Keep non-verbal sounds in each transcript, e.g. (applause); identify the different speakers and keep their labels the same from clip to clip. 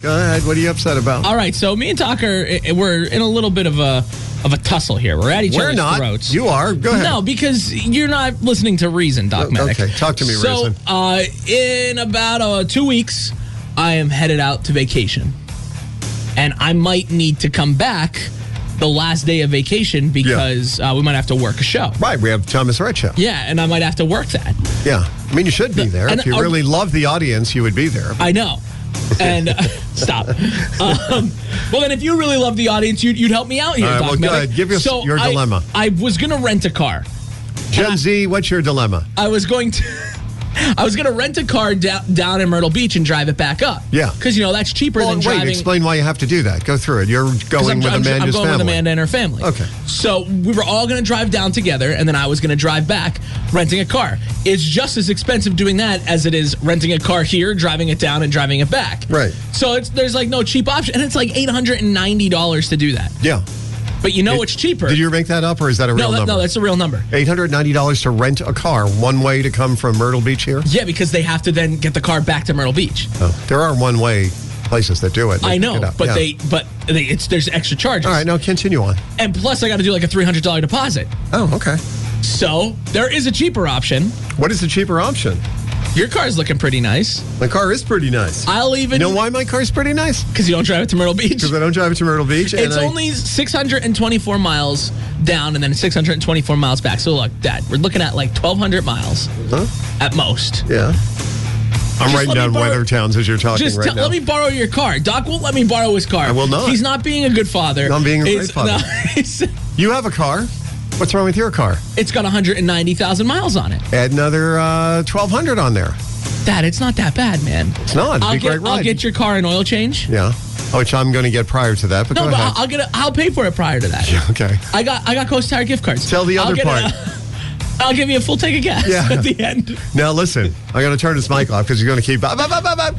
Speaker 1: Go ahead. What are you upset about?
Speaker 2: All right, so me and Tucker, eh, eh, we're in a little bit of a of a tussle here. We're at each
Speaker 1: We're
Speaker 2: other's
Speaker 1: not.
Speaker 2: throats.
Speaker 1: You are. Go ahead.
Speaker 2: no, because you're not listening to reason, Doc.
Speaker 1: O-
Speaker 2: Medic.
Speaker 1: okay, talk to me,
Speaker 2: so,
Speaker 1: Reason.
Speaker 2: Uh, in about uh, two weeks, I am headed out to vacation, and I might need to come back the last day of vacation because uh, we might have to work a show.
Speaker 1: Right. We have Thomas Red Show.
Speaker 2: Yeah, and I might have to work that.
Speaker 1: Yeah. I mean, you should be there.
Speaker 2: and
Speaker 1: If you
Speaker 2: are-
Speaker 1: really love the audience, you would be
Speaker 2: (laughs)
Speaker 1: there.
Speaker 2: I know. And (laughs) stop. Um, well, then, if you really love the audience, you'd, you'd help me out here,
Speaker 1: All right,
Speaker 2: Doc.
Speaker 1: well, go
Speaker 2: Medic.
Speaker 1: ahead. Give us
Speaker 2: so
Speaker 1: your
Speaker 2: I-
Speaker 1: dilemma.
Speaker 2: I was gonna rent a car.
Speaker 1: Gen Z, what's your dilemma?
Speaker 2: I was going to. (laughs) I was gonna rent a car down down in Myrtle Beach and drive it back up.
Speaker 1: Yeah.
Speaker 2: because you know that's cheaper
Speaker 1: Well,
Speaker 2: than
Speaker 1: wait,
Speaker 2: driving.
Speaker 1: explain why you have to do that. Go through it. You're
Speaker 2: 'cause
Speaker 1: going
Speaker 2: I'm,
Speaker 1: with
Speaker 2: I'm,
Speaker 1: Amanda's
Speaker 2: I'm going
Speaker 1: family.
Speaker 2: with Amanda and her family.
Speaker 1: Okay.
Speaker 2: So we were all gonna drive down together, and then I was gonna drive back, renting a car. It's just as expensive doing that as it is renting a car here, driving it down, and driving it back.
Speaker 1: Right.
Speaker 2: So it's there's like no cheap option, and it's like eight hundred and ninety dollars to do that.
Speaker 1: Yeah.
Speaker 2: But you know it's cheaper.
Speaker 1: Did you make that up or is that a real
Speaker 2: no, that,
Speaker 1: number?
Speaker 2: no, that's a real number.
Speaker 1: $890 to rent a car one way to come from Myrtle Beach here?
Speaker 2: Yeah, because they have to then get the car back to Myrtle Beach.
Speaker 1: Oh, there are one way places that do it. They
Speaker 2: I
Speaker 1: pick
Speaker 2: know,
Speaker 1: it up.
Speaker 2: but
Speaker 1: Yeah.
Speaker 2: they but they, it's there's extra charges.
Speaker 1: All right, no, continue on.
Speaker 2: And plus I got to do like a $300 deposit.
Speaker 1: Oh, okay.
Speaker 2: So, there is a cheaper option.
Speaker 1: What is the cheaper option?
Speaker 2: Your car's looking pretty nice.
Speaker 1: My car is pretty nice.
Speaker 2: I'll even
Speaker 1: you know why my car's pretty nice?
Speaker 2: cuz you don't drive it to Myrtle Beach.
Speaker 1: Because I don't drive it to Myrtle Beach. and
Speaker 2: It's
Speaker 1: I-
Speaker 2: only 624 miles down and then 624 miles back. So look, Dad, we're looking at like 1200 miles
Speaker 1: Huh?
Speaker 2: at most.
Speaker 1: Yeah. I'm writing
Speaker 2: let me
Speaker 1: down
Speaker 2: borrow-
Speaker 1: weather towns as you're talking
Speaker 2: Just
Speaker 1: right
Speaker 2: tell-
Speaker 1: now.
Speaker 2: let me borrow your car. Doc won't let me borrow his car.
Speaker 1: I will not.
Speaker 2: He's not being a good father.
Speaker 1: I'm being a great
Speaker 2: It's-
Speaker 1: father.
Speaker 2: (laughs) it's,
Speaker 1: you have a car. What's wrong with your car?
Speaker 2: it's got 190,000 miles on it.
Speaker 1: Add another uh, 1,200 on there.
Speaker 2: Dad, it's not that bad, man.
Speaker 1: It's not. It'd
Speaker 2: I'll
Speaker 1: be a
Speaker 2: get,
Speaker 1: great ride.
Speaker 2: I'll get your car an oil change.
Speaker 1: Yeah. Which I'm going to get prior to that, but
Speaker 2: No,
Speaker 1: go
Speaker 2: but
Speaker 1: ahead.
Speaker 2: I'll, I'll get. A, I'll pay for it prior to
Speaker 1: (laughs)
Speaker 2: that.
Speaker 1: okay.
Speaker 2: I got. I got Coast Tire gift cards.
Speaker 1: Tell the
Speaker 2: I'll
Speaker 1: other
Speaker 2: get
Speaker 1: part.
Speaker 2: A, (laughs) I'll give you a full tank of gas
Speaker 1: Yeah.
Speaker 2: (laughs) at the end.
Speaker 1: Now listen, I'm going to turn his mic off because you're going to keep. Bah, bah, bah, bah, bah.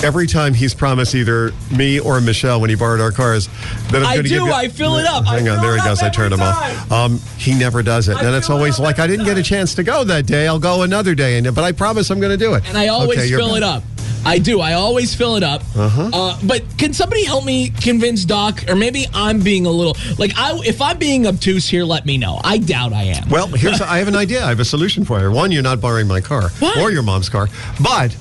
Speaker 1: Every time he's promised either me or Michelle when he borrowed our cars, that I'm
Speaker 2: I
Speaker 1: going to
Speaker 2: do,
Speaker 1: Give you-
Speaker 2: I fill it up, I
Speaker 1: Hang on,
Speaker 2: fill
Speaker 1: there he
Speaker 2: it up
Speaker 1: goes. I
Speaker 2: every
Speaker 1: turned him off.
Speaker 2: time.
Speaker 1: Um, he never does it,
Speaker 2: I
Speaker 1: and it's
Speaker 2: fill it
Speaker 1: always
Speaker 2: up
Speaker 1: like I
Speaker 2: every
Speaker 1: didn't get a
Speaker 2: time.
Speaker 1: chance to go that day. I'll go another day, and but I promise I'm going to do it.
Speaker 2: And I always
Speaker 1: Okay, you're
Speaker 2: fill
Speaker 1: back.
Speaker 2: it up. I do. I always fill it up. Uh-huh. but can somebody help me convince Doc, or maybe I'm being a little like I. If I'm being obtuse here, let me know. I doubt I am.
Speaker 1: Well, here's I have an idea. I have a solution for you. One, you're not borrowing my car
Speaker 2: Why?
Speaker 1: or your mom's car, but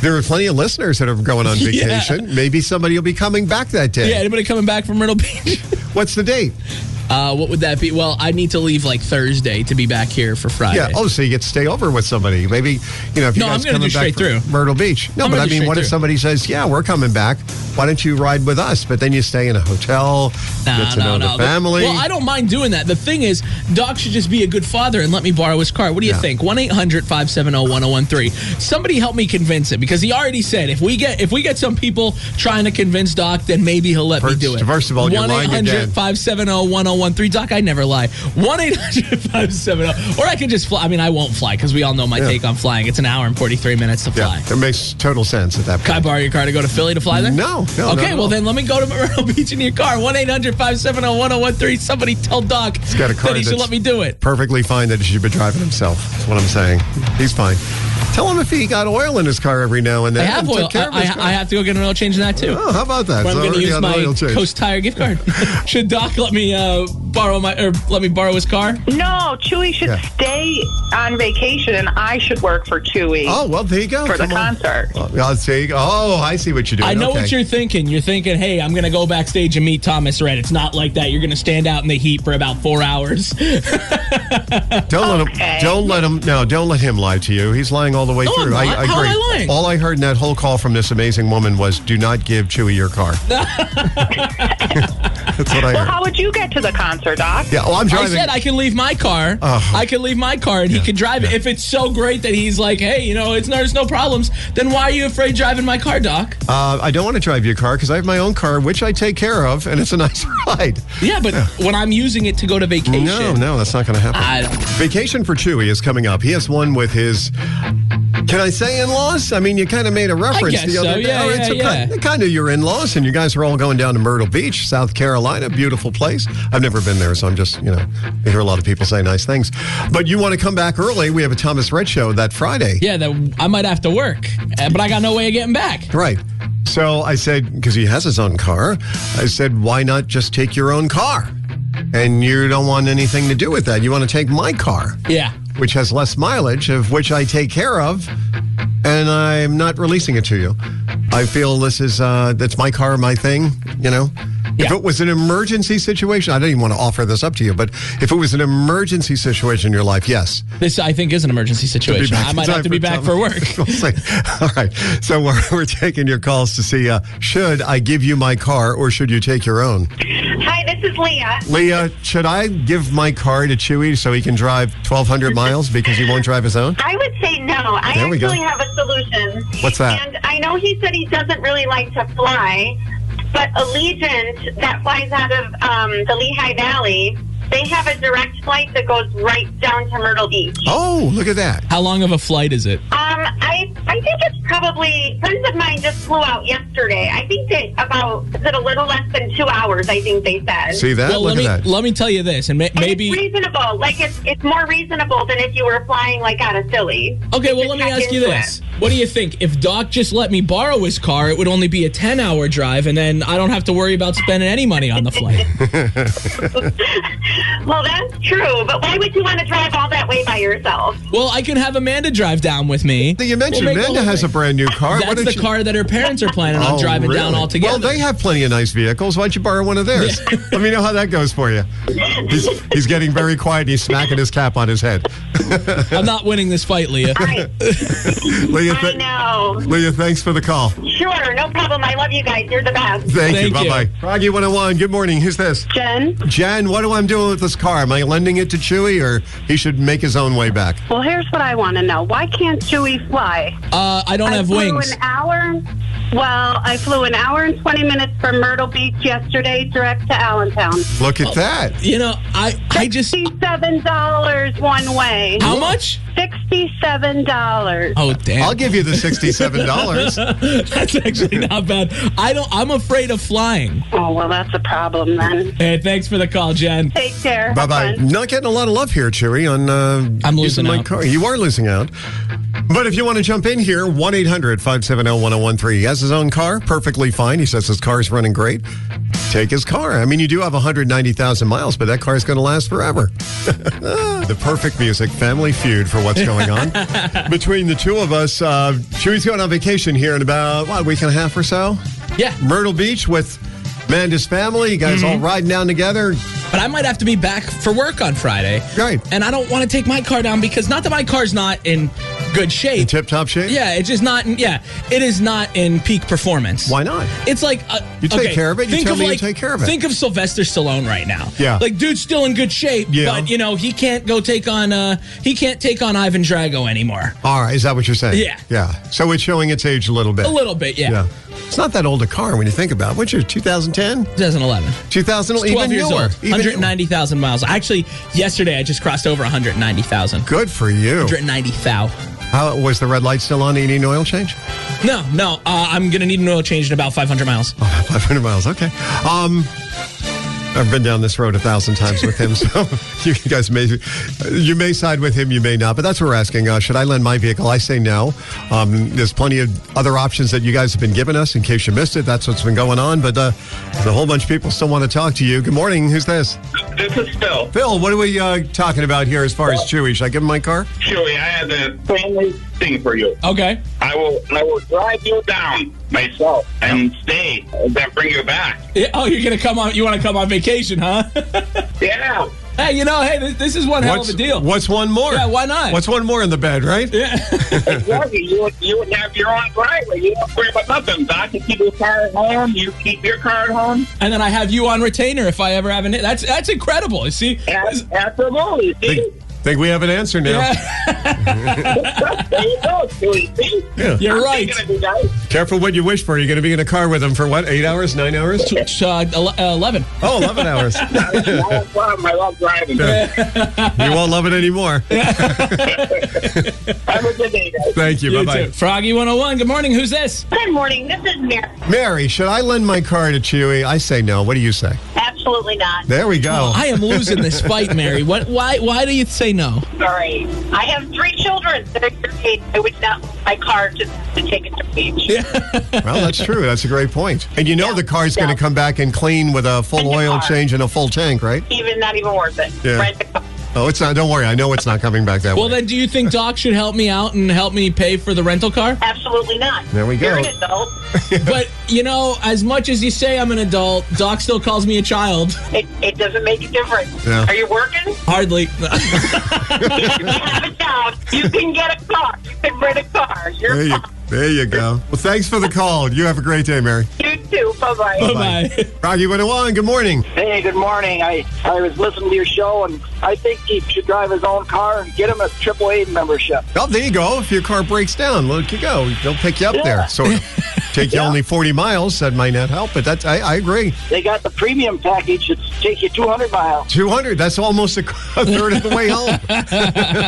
Speaker 1: there are plenty of listeners that are going on
Speaker 2: (laughs) Yeah.
Speaker 1: vacation. Maybe somebody will be coming back that day.
Speaker 2: yeah. Anybody coming back from
Speaker 1: (laughs)
Speaker 2: Myrtle Beach?
Speaker 1: What's the date?
Speaker 2: Uh, what would that be? Well, I need to leave like Thursday to be back here for Friday.
Speaker 1: Yeah. Oh, so you get to stay over with somebody. Maybe you know if you
Speaker 2: No, I'm
Speaker 1: guys
Speaker 2: gonna
Speaker 1: coming
Speaker 2: do
Speaker 1: back
Speaker 2: straight
Speaker 1: from
Speaker 2: through.
Speaker 1: Myrtle Beach. No,
Speaker 2: I'm
Speaker 1: but
Speaker 2: gonna
Speaker 1: I
Speaker 2: do
Speaker 1: mean,
Speaker 2: straight
Speaker 1: what if
Speaker 2: through.
Speaker 1: somebody says, "Yeah, we're coming back. Why don't you ride with us?" But then you stay in a hotel, get to know the
Speaker 2: The-
Speaker 1: family.
Speaker 2: Well, I don't mind doing that. The thing is, Doc should just be a good father and let me borrow his car. What do you
Speaker 1: Yeah.
Speaker 2: think? 1 800 570 1013. Somebody help me convince him because he already said if we get if we get some people trying to convince Doc, then maybe he'll let
Speaker 1: First-
Speaker 2: me do it.
Speaker 1: first of all, you're lying again.
Speaker 2: 570 1013. Doc, I never lie. 1 800 570. oh, Or I could just fly. I mean, I won't fly because we all know my
Speaker 1: Yeah.
Speaker 2: take on flying. It's an hour and 43 minutes to fly.
Speaker 1: yeah, it makes total sense at that
Speaker 2: Can I
Speaker 1: point.
Speaker 2: borrow your car to go to Philly to fly there?
Speaker 1: No, no, no,
Speaker 2: okay,
Speaker 1: no.
Speaker 2: well, then let me go to Myrtle (laughs) Beach in your car. 1 800 570 1013. Somebody tell Doc
Speaker 1: got a car
Speaker 2: that he should
Speaker 1: that's-
Speaker 2: let me do it.
Speaker 1: Perfectly fine that he should be driving himself. That's what I'm saying. He's fine. Tell him if he got oil in his car every now and
Speaker 2: I
Speaker 1: then.
Speaker 2: have
Speaker 1: and
Speaker 2: oil.
Speaker 1: took
Speaker 2: I,
Speaker 1: care of his
Speaker 2: I-
Speaker 1: car.
Speaker 2: I have to go get an oil change in that too.
Speaker 1: Oh, how about that?
Speaker 2: Where I'm
Speaker 1: It's
Speaker 2: going to
Speaker 1: already
Speaker 2: use
Speaker 1: on
Speaker 2: my
Speaker 1: oil change.
Speaker 2: Coast Tire gift card. (laughs) Should Doc let me uh, borrow my or let me borrow his car?
Speaker 3: No, Chewy should
Speaker 1: Yeah.
Speaker 3: stay on vacation, and I should work for Chewy.
Speaker 1: Oh well, there you go.
Speaker 3: For the
Speaker 1: Come on.
Speaker 3: concert.
Speaker 1: Oh, I'll see. Oh, I see what you're doing.
Speaker 2: I know
Speaker 1: Okay.
Speaker 2: what you're thinking. You're thinking, hey, I'm going to go backstage and meet Thomas Red. It's not like that. You're going to stand out in the heat for about four hours.
Speaker 1: Don't let
Speaker 3: Okay.
Speaker 1: him. Don't let him. No, don't let him lie to you. He's lying all the way
Speaker 2: No,
Speaker 1: through.
Speaker 2: I'm not. How am I lying?
Speaker 1: All I heard in that whole call from this amazing woman was, "Do not give Chewy your
Speaker 2: (laughs)
Speaker 1: car." That's what I
Speaker 3: Well,
Speaker 1: heard.
Speaker 3: how would you get to the concert, Doc?
Speaker 1: yeah. Well, I'm
Speaker 2: I
Speaker 1: driving. Oh.
Speaker 2: said I can leave my car. I can leave my car and he can drive it. If it's so great that he's like, hey, you know, it's there's no problems, then why are you afraid driving my car, Doc?
Speaker 1: uh, I don't want to drive your car because I have my own car, which I take care of, and it's a (laughs) nice ride.
Speaker 2: yeah, but when I'm using it to go to vacation.
Speaker 1: No, no, that's not going to happen.
Speaker 2: I don't-
Speaker 1: Vacation for Chewy is coming up. He has one with his. Can I say in-laws? I mean, you kind of made a reference
Speaker 2: guess
Speaker 1: the other
Speaker 2: so.
Speaker 1: day.
Speaker 2: Yeah,
Speaker 1: Oh, it's
Speaker 2: yeah,
Speaker 1: a kind-
Speaker 2: yeah.
Speaker 1: Kind of your in-laws, and you guys are all going down to Myrtle Beach, South Carolina. Beautiful place. I've never been there, so I'm just you know. I hear a lot of people say nice things, but you want to come back early. We have a Thomas Red show that Friday.
Speaker 2: Yeah, that I might have to work, uh, but I got no way of getting back.
Speaker 1: Right. So I said, because he has his own car, I said, why not just take your own car? And you don't want anything to do with that. You want to take my car.
Speaker 2: Yeah.
Speaker 1: which has less mileage, of which I take care of, and I'm not releasing it to you. I feel this is uh, that's my car, my thing. You know, if
Speaker 2: Yeah.
Speaker 1: it was an emergency situation, I don't even want to offer this up to you, but if it was an emergency situation in your life, yes,
Speaker 2: This, I think, is an emergency
Speaker 1: be
Speaker 2: situation.
Speaker 1: back
Speaker 2: I
Speaker 1: in
Speaker 2: might
Speaker 1: time
Speaker 2: have to be back
Speaker 1: Tom-
Speaker 2: for
Speaker 1: (laughs)
Speaker 2: work.
Speaker 1: We'll see. All right. So we're, we're taking your calls to see uh, should I give you my car or should you take your own?
Speaker 3: Hi, this is Leah.
Speaker 1: Leah, should I give my car to Chewy so he can drive 1,200 miles because he won't drive his own?
Speaker 3: I would say no. I
Speaker 1: There we go.
Speaker 3: actually have a solution.
Speaker 1: What's that?
Speaker 3: And I know he said he doesn't really like to fly, but Allegiant that flies out of um, the Lehigh Valley, they have a direct flight that goes right down to Myrtle Beach.
Speaker 1: Oh, look at that.
Speaker 2: How long of a flight is it?
Speaker 3: Um, I I think it's probably friends of mine just flew out yesterday. I think that about is it a little less than two hours. I think they said.
Speaker 1: See that?
Speaker 2: well,
Speaker 1: Look
Speaker 2: let me
Speaker 1: at that.
Speaker 2: let me tell you this, and may,
Speaker 3: And
Speaker 2: maybe
Speaker 3: it's reasonable. Like it's it's more reasonable than if you were flying like out of Philly.
Speaker 2: Okay, well, let me
Speaker 3: Just
Speaker 2: ask you
Speaker 3: into
Speaker 2: this. What do you think? If Doc just let me borrow his car, it would only be a 10 hour drive, and then I don't have to worry about spending any money on the flight.
Speaker 3: it. Well, that's true. But why would you want to drive all that way by yourself?
Speaker 2: well, I can have Amanda drive down with me.
Speaker 1: You mentioned
Speaker 2: We'll make the
Speaker 1: Amanda
Speaker 2: whole
Speaker 1: has a
Speaker 2: thing.
Speaker 1: brand new car. Why
Speaker 2: That's
Speaker 1: don't
Speaker 2: the
Speaker 1: you-
Speaker 2: car that her parents are planning on
Speaker 1: Oh,
Speaker 2: driving down
Speaker 1: really?
Speaker 2: altogether.
Speaker 1: Well, they have plenty of nice vehicles. Why don't you borrow one of theirs?
Speaker 2: (laughs)
Speaker 1: Let me know how that goes for you. He's, he's getting very quiet and he's smacking his cap on his head. (laughs)
Speaker 2: I'm not winning this fight, Leah.
Speaker 3: I,
Speaker 1: Leah,
Speaker 3: I
Speaker 1: th-
Speaker 3: know.
Speaker 1: Leah, thanks for the call.
Speaker 3: Sure, no problem. I love you guys. You're the best.
Speaker 1: Thank, you.
Speaker 2: Thank
Speaker 1: Bye
Speaker 2: you.
Speaker 1: bye. Froggy 101, good morning. Who's this?
Speaker 4: Jen.
Speaker 1: Jen, what do I am doing with this car? Am I lending it to Chewy or he should make his own way back?
Speaker 4: Well, here's what I want to know. Why can't Chewy fly?
Speaker 2: Uh, I don't
Speaker 4: I
Speaker 2: have
Speaker 4: flew
Speaker 2: wings.
Speaker 4: An hour. Well, I flew an hour and 20 minutes from Myrtle Beach yesterday, direct to Allentown.
Speaker 1: Look
Speaker 2: Oh,
Speaker 1: at that.
Speaker 2: You know, I, I
Speaker 3: (laughs)
Speaker 2: just.
Speaker 4: $67 one way.
Speaker 2: How much?
Speaker 4: $67.
Speaker 2: Oh, damn.
Speaker 1: I'll give you the $67.
Speaker 2: (laughs) That's actually not bad. I don't. I'm afraid of flying.
Speaker 4: Oh, well, that's a problem then.
Speaker 2: Hey, thanks for the call, Jen.
Speaker 4: Take care. Have
Speaker 1: Bye bye. (laughs)
Speaker 4: fun.
Speaker 1: Not getting a lot of love here, Chewy. On uh,
Speaker 2: I'm
Speaker 1: using
Speaker 2: losing
Speaker 1: my
Speaker 2: out.
Speaker 1: car. You are losing out. But if you want to jump in here, 1 800 570 1013. He has his own car, perfectly fine. He says his car's running great. Take his car. I mean, you do have 190,000 miles, but that car's going to last forever. (laughs) the perfect music, family feud for what's going
Speaker 2: (laughs)
Speaker 1: on. Between the two of us, uh, Chewy's going on vacation here in about, what, a week and a half or so?
Speaker 2: Yeah,
Speaker 1: Myrtle Beach with Amanda's family. You guys
Speaker 2: Mm-hmm.
Speaker 1: all riding down together.
Speaker 2: but I might have to be back for work on Friday.
Speaker 1: Right.
Speaker 2: And I don't want to take my car down because not that my car's not in good shape.
Speaker 1: Tip top shape.
Speaker 2: yeah, it's just not. In, yeah, it is not in peak performance.
Speaker 1: Why not?
Speaker 2: It's like uh,
Speaker 1: You take
Speaker 2: okay,
Speaker 1: care of it, you
Speaker 2: think
Speaker 1: tell
Speaker 2: of
Speaker 1: me you
Speaker 2: like,
Speaker 1: take care of it.
Speaker 2: Think of Sylvester Stallone right now.
Speaker 1: Yeah.
Speaker 2: like dude's still in good shape.
Speaker 1: Yeah.
Speaker 2: but you know he can't go take on. uh He can't take on Ivan Drago anymore.
Speaker 1: All right, is that what you're saying?
Speaker 2: Yeah.
Speaker 1: Yeah. So it's showing its age a little bit.
Speaker 2: A little bit, yeah.
Speaker 1: Yeah. It's not that old a car when you think about it. What's your 2010?
Speaker 2: 2011.
Speaker 1: 2011?
Speaker 2: It's 12
Speaker 1: even
Speaker 2: years
Speaker 1: newer.
Speaker 2: old.
Speaker 1: Even newer.
Speaker 2: 190,000 miles. Actually, yesterday I just crossed over 190,000.
Speaker 1: Good for you.
Speaker 2: 190,000.
Speaker 1: How was the red light still on? You need an oil change?
Speaker 2: No, no. Uh, I'm going to need an oil change in about 500 miles.
Speaker 1: 500 miles. Okay. Um, I've been down this road a thousand times with him, so (laughs) you guys may you may side with him, you may not. But that's what we're asking. Uh, should I lend my vehicle? I say no. Um, there's plenty of other options that you guys have been giving us. In case you missed it, that's what's been going on. But uh, there's a whole bunch of people still want to talk to you. Good morning. Who's this?
Speaker 5: This is Phil.
Speaker 1: Phil, what are we uh, talking about here as far as Chewy? Should I give him my car?
Speaker 5: Chewy, I have a family thing for you.
Speaker 2: Okay.
Speaker 5: I will I will drive you down myself and stay and then bring you back.
Speaker 2: Yeah, oh, you're gonna come on. You want to come on vacation, huh? (laughs)
Speaker 5: Yeah.
Speaker 2: hey, you know, hey, this, this is one hell
Speaker 1: what's,
Speaker 2: of a deal.
Speaker 1: What's one more?
Speaker 2: Yeah, why not?
Speaker 1: What's one more in the bed, right?
Speaker 5: Exactly. You would, you would have your own driveway. You don't worry about nothing. I can keep your car at home. You keep your car at home.
Speaker 2: (laughs) and then I have you on retainer if I ever have an. That's that's incredible. You see,
Speaker 5: As, absolutely. See?
Speaker 1: Think, think we have an answer now.
Speaker 5: (laughs) there you go, Chewy. See?
Speaker 1: Yeah.
Speaker 2: you're right.
Speaker 5: Thinking of you guys.
Speaker 1: Careful what you wish for. You're going to be in a car with him for what? Eight hours? Nine
Speaker 4: (laughs)
Speaker 1: hours?
Speaker 2: Uh, ele- uh, Eleven.
Speaker 1: Oh, 11 hours. (laughs)
Speaker 5: I love driving. I love driving.
Speaker 1: You won't love it
Speaker 4: (laughs)
Speaker 1: anymore.
Speaker 5: Have a good day, guys.
Speaker 1: Thank you.
Speaker 2: You
Speaker 1: Bye bye.
Speaker 2: too. Froggy 101. Good morning. Who's this?
Speaker 4: Good morning. This is Mary.
Speaker 1: Mary, should I lend my car to Chewy? I say no. What do you say?
Speaker 4: Absolutely not.
Speaker 1: There we
Speaker 4: Oh,
Speaker 1: go.
Speaker 2: I am losing this fight, Mary. What? Why? Why do you say no?
Speaker 4: Sorry. I have three children that are your age. I would not want my car to, to take it to the beach.
Speaker 1: well, that's true. That's a great point. And you know the car's going
Speaker 4: yeah.
Speaker 1: to come back and clean with a full
Speaker 4: And the
Speaker 1: oil
Speaker 4: car.
Speaker 1: change and a full tank, right?
Speaker 4: Even not even worth it.
Speaker 1: Yeah.
Speaker 4: Rent a car.
Speaker 1: Oh, it's not. Don't worry. I know it's not coming back that
Speaker 2: Well,
Speaker 1: way.
Speaker 2: then, do you think Doc should help me out and help me pay for the rental car?
Speaker 4: Absolutely not.
Speaker 1: There we go.
Speaker 4: You're an adult.
Speaker 2: But you know, as much as you say I'm an adult, Doc still calls me a child.
Speaker 4: It, it doesn't make a difference.
Speaker 1: Yeah.
Speaker 4: Are you working?
Speaker 2: Hardly. (laughs)
Speaker 4: you have a job. You can get a car. You can rent a car. You're
Speaker 1: there, you,
Speaker 4: fine.
Speaker 1: there you go. Well, thanks for the call. You have a great day, Mary.
Speaker 4: You too. Bye-bye.
Speaker 2: Bye bye.
Speaker 1: Rocky 101, good morning.
Speaker 6: Hey, good morning. I, I was listening to your show, and I think he should drive his own car and get him a triple A membership.
Speaker 1: Oh, there you go. If your car breaks down, look, you go. They'll pick you up there.
Speaker 2: (laughs)
Speaker 1: So take you only 40 miles. That might not help, but that's, I, I agree.
Speaker 6: They got the premium package that take you 200 miles.
Speaker 1: 200, that's almost a, (laughs) a third of the way
Speaker 2: (laughs)
Speaker 1: home.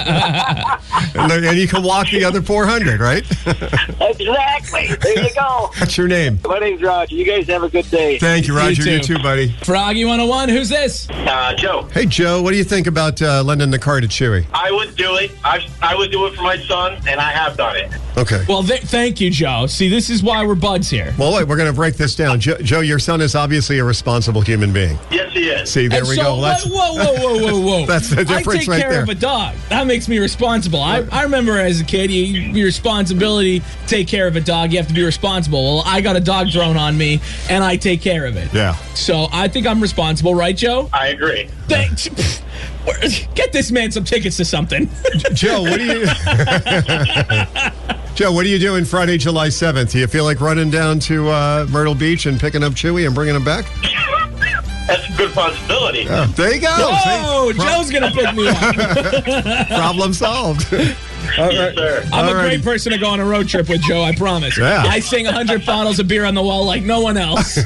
Speaker 1: and, then- and you can walk the other 400, right? (laughs)
Speaker 6: Exactly. There you go.
Speaker 1: that's your name.
Speaker 6: My name's Roger. You guys have a good day.
Speaker 1: Thank you, Roger. You too,
Speaker 2: too.
Speaker 1: buddy.
Speaker 2: Froggy 101. Who's this?
Speaker 5: Uh, Joe.
Speaker 1: Hey, Joe, what do you think about uh, lending the car to Chewy?
Speaker 5: I would do it. I, I would do it for my son, and I have done it.
Speaker 1: Okay.
Speaker 2: Well, th- thank you, Joe. See, this is why we're buds here.
Speaker 1: Well, wait, we're going to break this down. Joe, Joe, your son is obviously a responsible human being.
Speaker 5: Yes, he is.
Speaker 1: See, there
Speaker 2: and
Speaker 1: we
Speaker 2: so,
Speaker 1: go.
Speaker 2: what-
Speaker 1: That's-
Speaker 2: whoa, whoa, whoa, whoa, whoa.
Speaker 1: (laughs) That's the
Speaker 2: I
Speaker 1: difference
Speaker 2: take
Speaker 1: right
Speaker 2: care
Speaker 1: there.
Speaker 2: of a dog. That makes me responsible. I, I remember as a kid, you, your responsibility to take care of a dog. You have to be responsible. Well, I got a dog thrown on me, and I take care of it.
Speaker 1: Yeah.
Speaker 2: So I think I'm responsible, right, Joe?
Speaker 5: I agree.
Speaker 2: Thanks. Pfft. (laughs) Where- Get this man some tickets
Speaker 1: (laughs)
Speaker 2: to something.
Speaker 1: Oh, Joe, what do you? (laughs) Joe, what are you doing Friday, July seventh? Do you feel like running down to uh, Myrtle Beach and picking up Chewy and bringing him back?
Speaker 5: That's a good possibility.
Speaker 1: There you go.
Speaker 2: Oh,
Speaker 1: See? Pro-
Speaker 2: Joe's gonna pick me up.
Speaker 1: problem
Speaker 2: (laughs)
Speaker 1: solved. (laughs) All right.
Speaker 5: sir.
Speaker 2: I'm
Speaker 1: All
Speaker 2: a
Speaker 1: righty.
Speaker 2: great person to go on a road trip with Joe. I promise.
Speaker 1: Yeah.
Speaker 2: I sing 100 bottles of beer on the wall like no one else.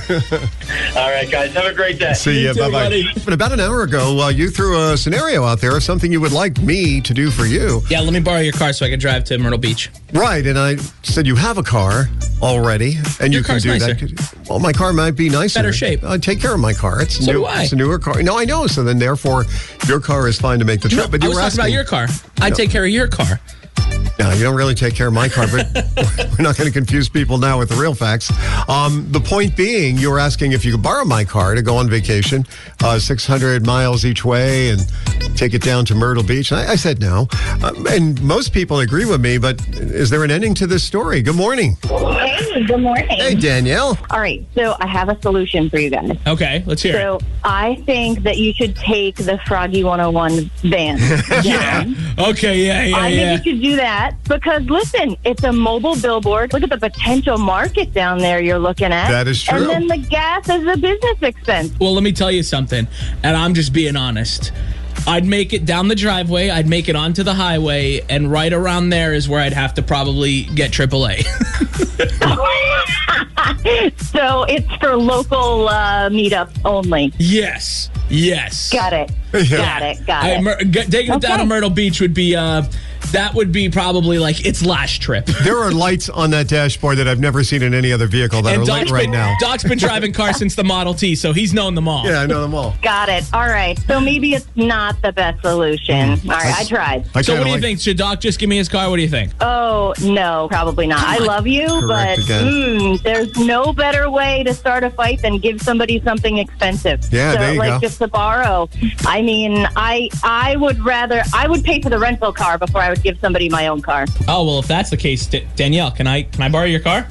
Speaker 5: All right, guys. Have a great day.
Speaker 1: See
Speaker 2: You
Speaker 1: ya.
Speaker 2: too,
Speaker 1: Bye bye.
Speaker 2: buddy.
Speaker 1: But about an hour ago, uh, you threw a scenario out there of something you would like me to do for you.
Speaker 2: Yeah, let me borrow your car so I can drive to Myrtle Beach.
Speaker 1: Right, and I said you have a car already, and
Speaker 2: Your
Speaker 1: you can
Speaker 2: car's
Speaker 1: do
Speaker 2: nicer.
Speaker 1: that. Well, my car might be nicer.
Speaker 2: Better shape.
Speaker 1: I take care of my car. It's
Speaker 2: So
Speaker 1: new.
Speaker 2: do I.
Speaker 1: It's a newer car. No, I know. So then, therefore, your car is fine to make the trip. but
Speaker 2: I
Speaker 1: you
Speaker 2: was
Speaker 1: were
Speaker 2: talking
Speaker 1: asking
Speaker 2: about your car. I take care of your car.
Speaker 1: No, you don't really take care of my car,
Speaker 2: (laughs)
Speaker 1: but we're not going to confuse people now with the real facts. Um, the point being, you were asking if you could borrow my car to go on vacation, uh, 600 miles each way, and take it down to Myrtle Beach. And I, I said no. Um, and most people agree with me, but is there an ending to this story? Good morning.
Speaker 7: Hey, good morning.
Speaker 1: Hey, Danielle.
Speaker 7: All right, so I have a solution for you guys.
Speaker 2: Okay, let's hear
Speaker 7: So I think that you should take the Froggy 101
Speaker 1: (laughs)
Speaker 7: van. down.
Speaker 2: it. Okay, yeah, yeah,
Speaker 7: I
Speaker 2: yeah.
Speaker 7: think you should do that because listen, it's a mobile billboard. Look at the potential market down there you're looking at.
Speaker 1: That is true.
Speaker 7: And then the gas is a business expense.
Speaker 2: Well, let me tell you something, and I'm just being honest. I'd make it down the driveway, I'd make it onto the highway, and right around there is where I'd have to probably get (laughs) AAA.
Speaker 7: So it's for local uh, meetups only.
Speaker 2: yes, yes.
Speaker 7: (laughs) Got it. Got it. Got
Speaker 2: I,
Speaker 7: it.
Speaker 2: Mur- g- taking it down to
Speaker 7: Okay.
Speaker 2: Myrtle Beach would be uh, that would be probably like its last trip.
Speaker 1: There are lights on that dashboard that I've never seen in any other vehicle that
Speaker 2: and
Speaker 1: are
Speaker 2: Doc's
Speaker 1: lit right
Speaker 2: been,
Speaker 1: now.
Speaker 2: Doc's been driving cars since the Model T, so he's known them all.
Speaker 1: Yeah, I know them all.
Speaker 7: Got it. All right. So maybe it's not the best solution.
Speaker 1: Mm.
Speaker 7: All right. I tried.
Speaker 2: so what do you think? Should Doc just give me his car? What do you think?
Speaker 7: Oh, no, probably not. I love you,
Speaker 2: Correct
Speaker 7: but
Speaker 2: again.
Speaker 7: mm, there's no better way to start a fight than give somebody something expensive.
Speaker 1: Yeah,
Speaker 7: so,
Speaker 1: there you
Speaker 7: like
Speaker 1: go.
Speaker 7: just to borrow. I mean, I I would rather I would pay for the rental car before I would give somebody my own car.
Speaker 2: Oh well, if that's the case, D- Danielle, can I can I borrow your car?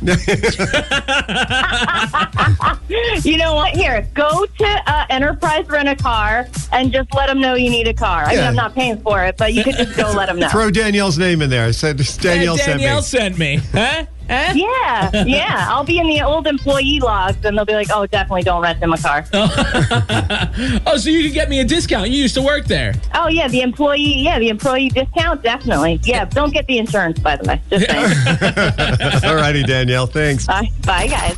Speaker 7: You know what? Here, go to uh, Enterprise Rent a Car and just let them know you need a car. I mean,
Speaker 1: Yeah.
Speaker 7: I'm not paying for it, but you could just (laughs) go let them know.
Speaker 1: Throw Danielle's name in there. I said Danielle,
Speaker 2: Danielle
Speaker 1: sent
Speaker 2: sent me. Huh?
Speaker 1: (laughs)
Speaker 7: Yeah, yeah. I'll be in the old employee logs, and they'll be like, "Oh, definitely don't rent them a car."
Speaker 2: Oh, so you could get me a discount. You used to work there.
Speaker 7: Oh yeah, the employee. Yeah, the employee discount definitely. Yeah, don't get the insurance by the way. Just saying.
Speaker 1: me. All righty, Danielle. Thanks.
Speaker 7: Bye, bye, guys.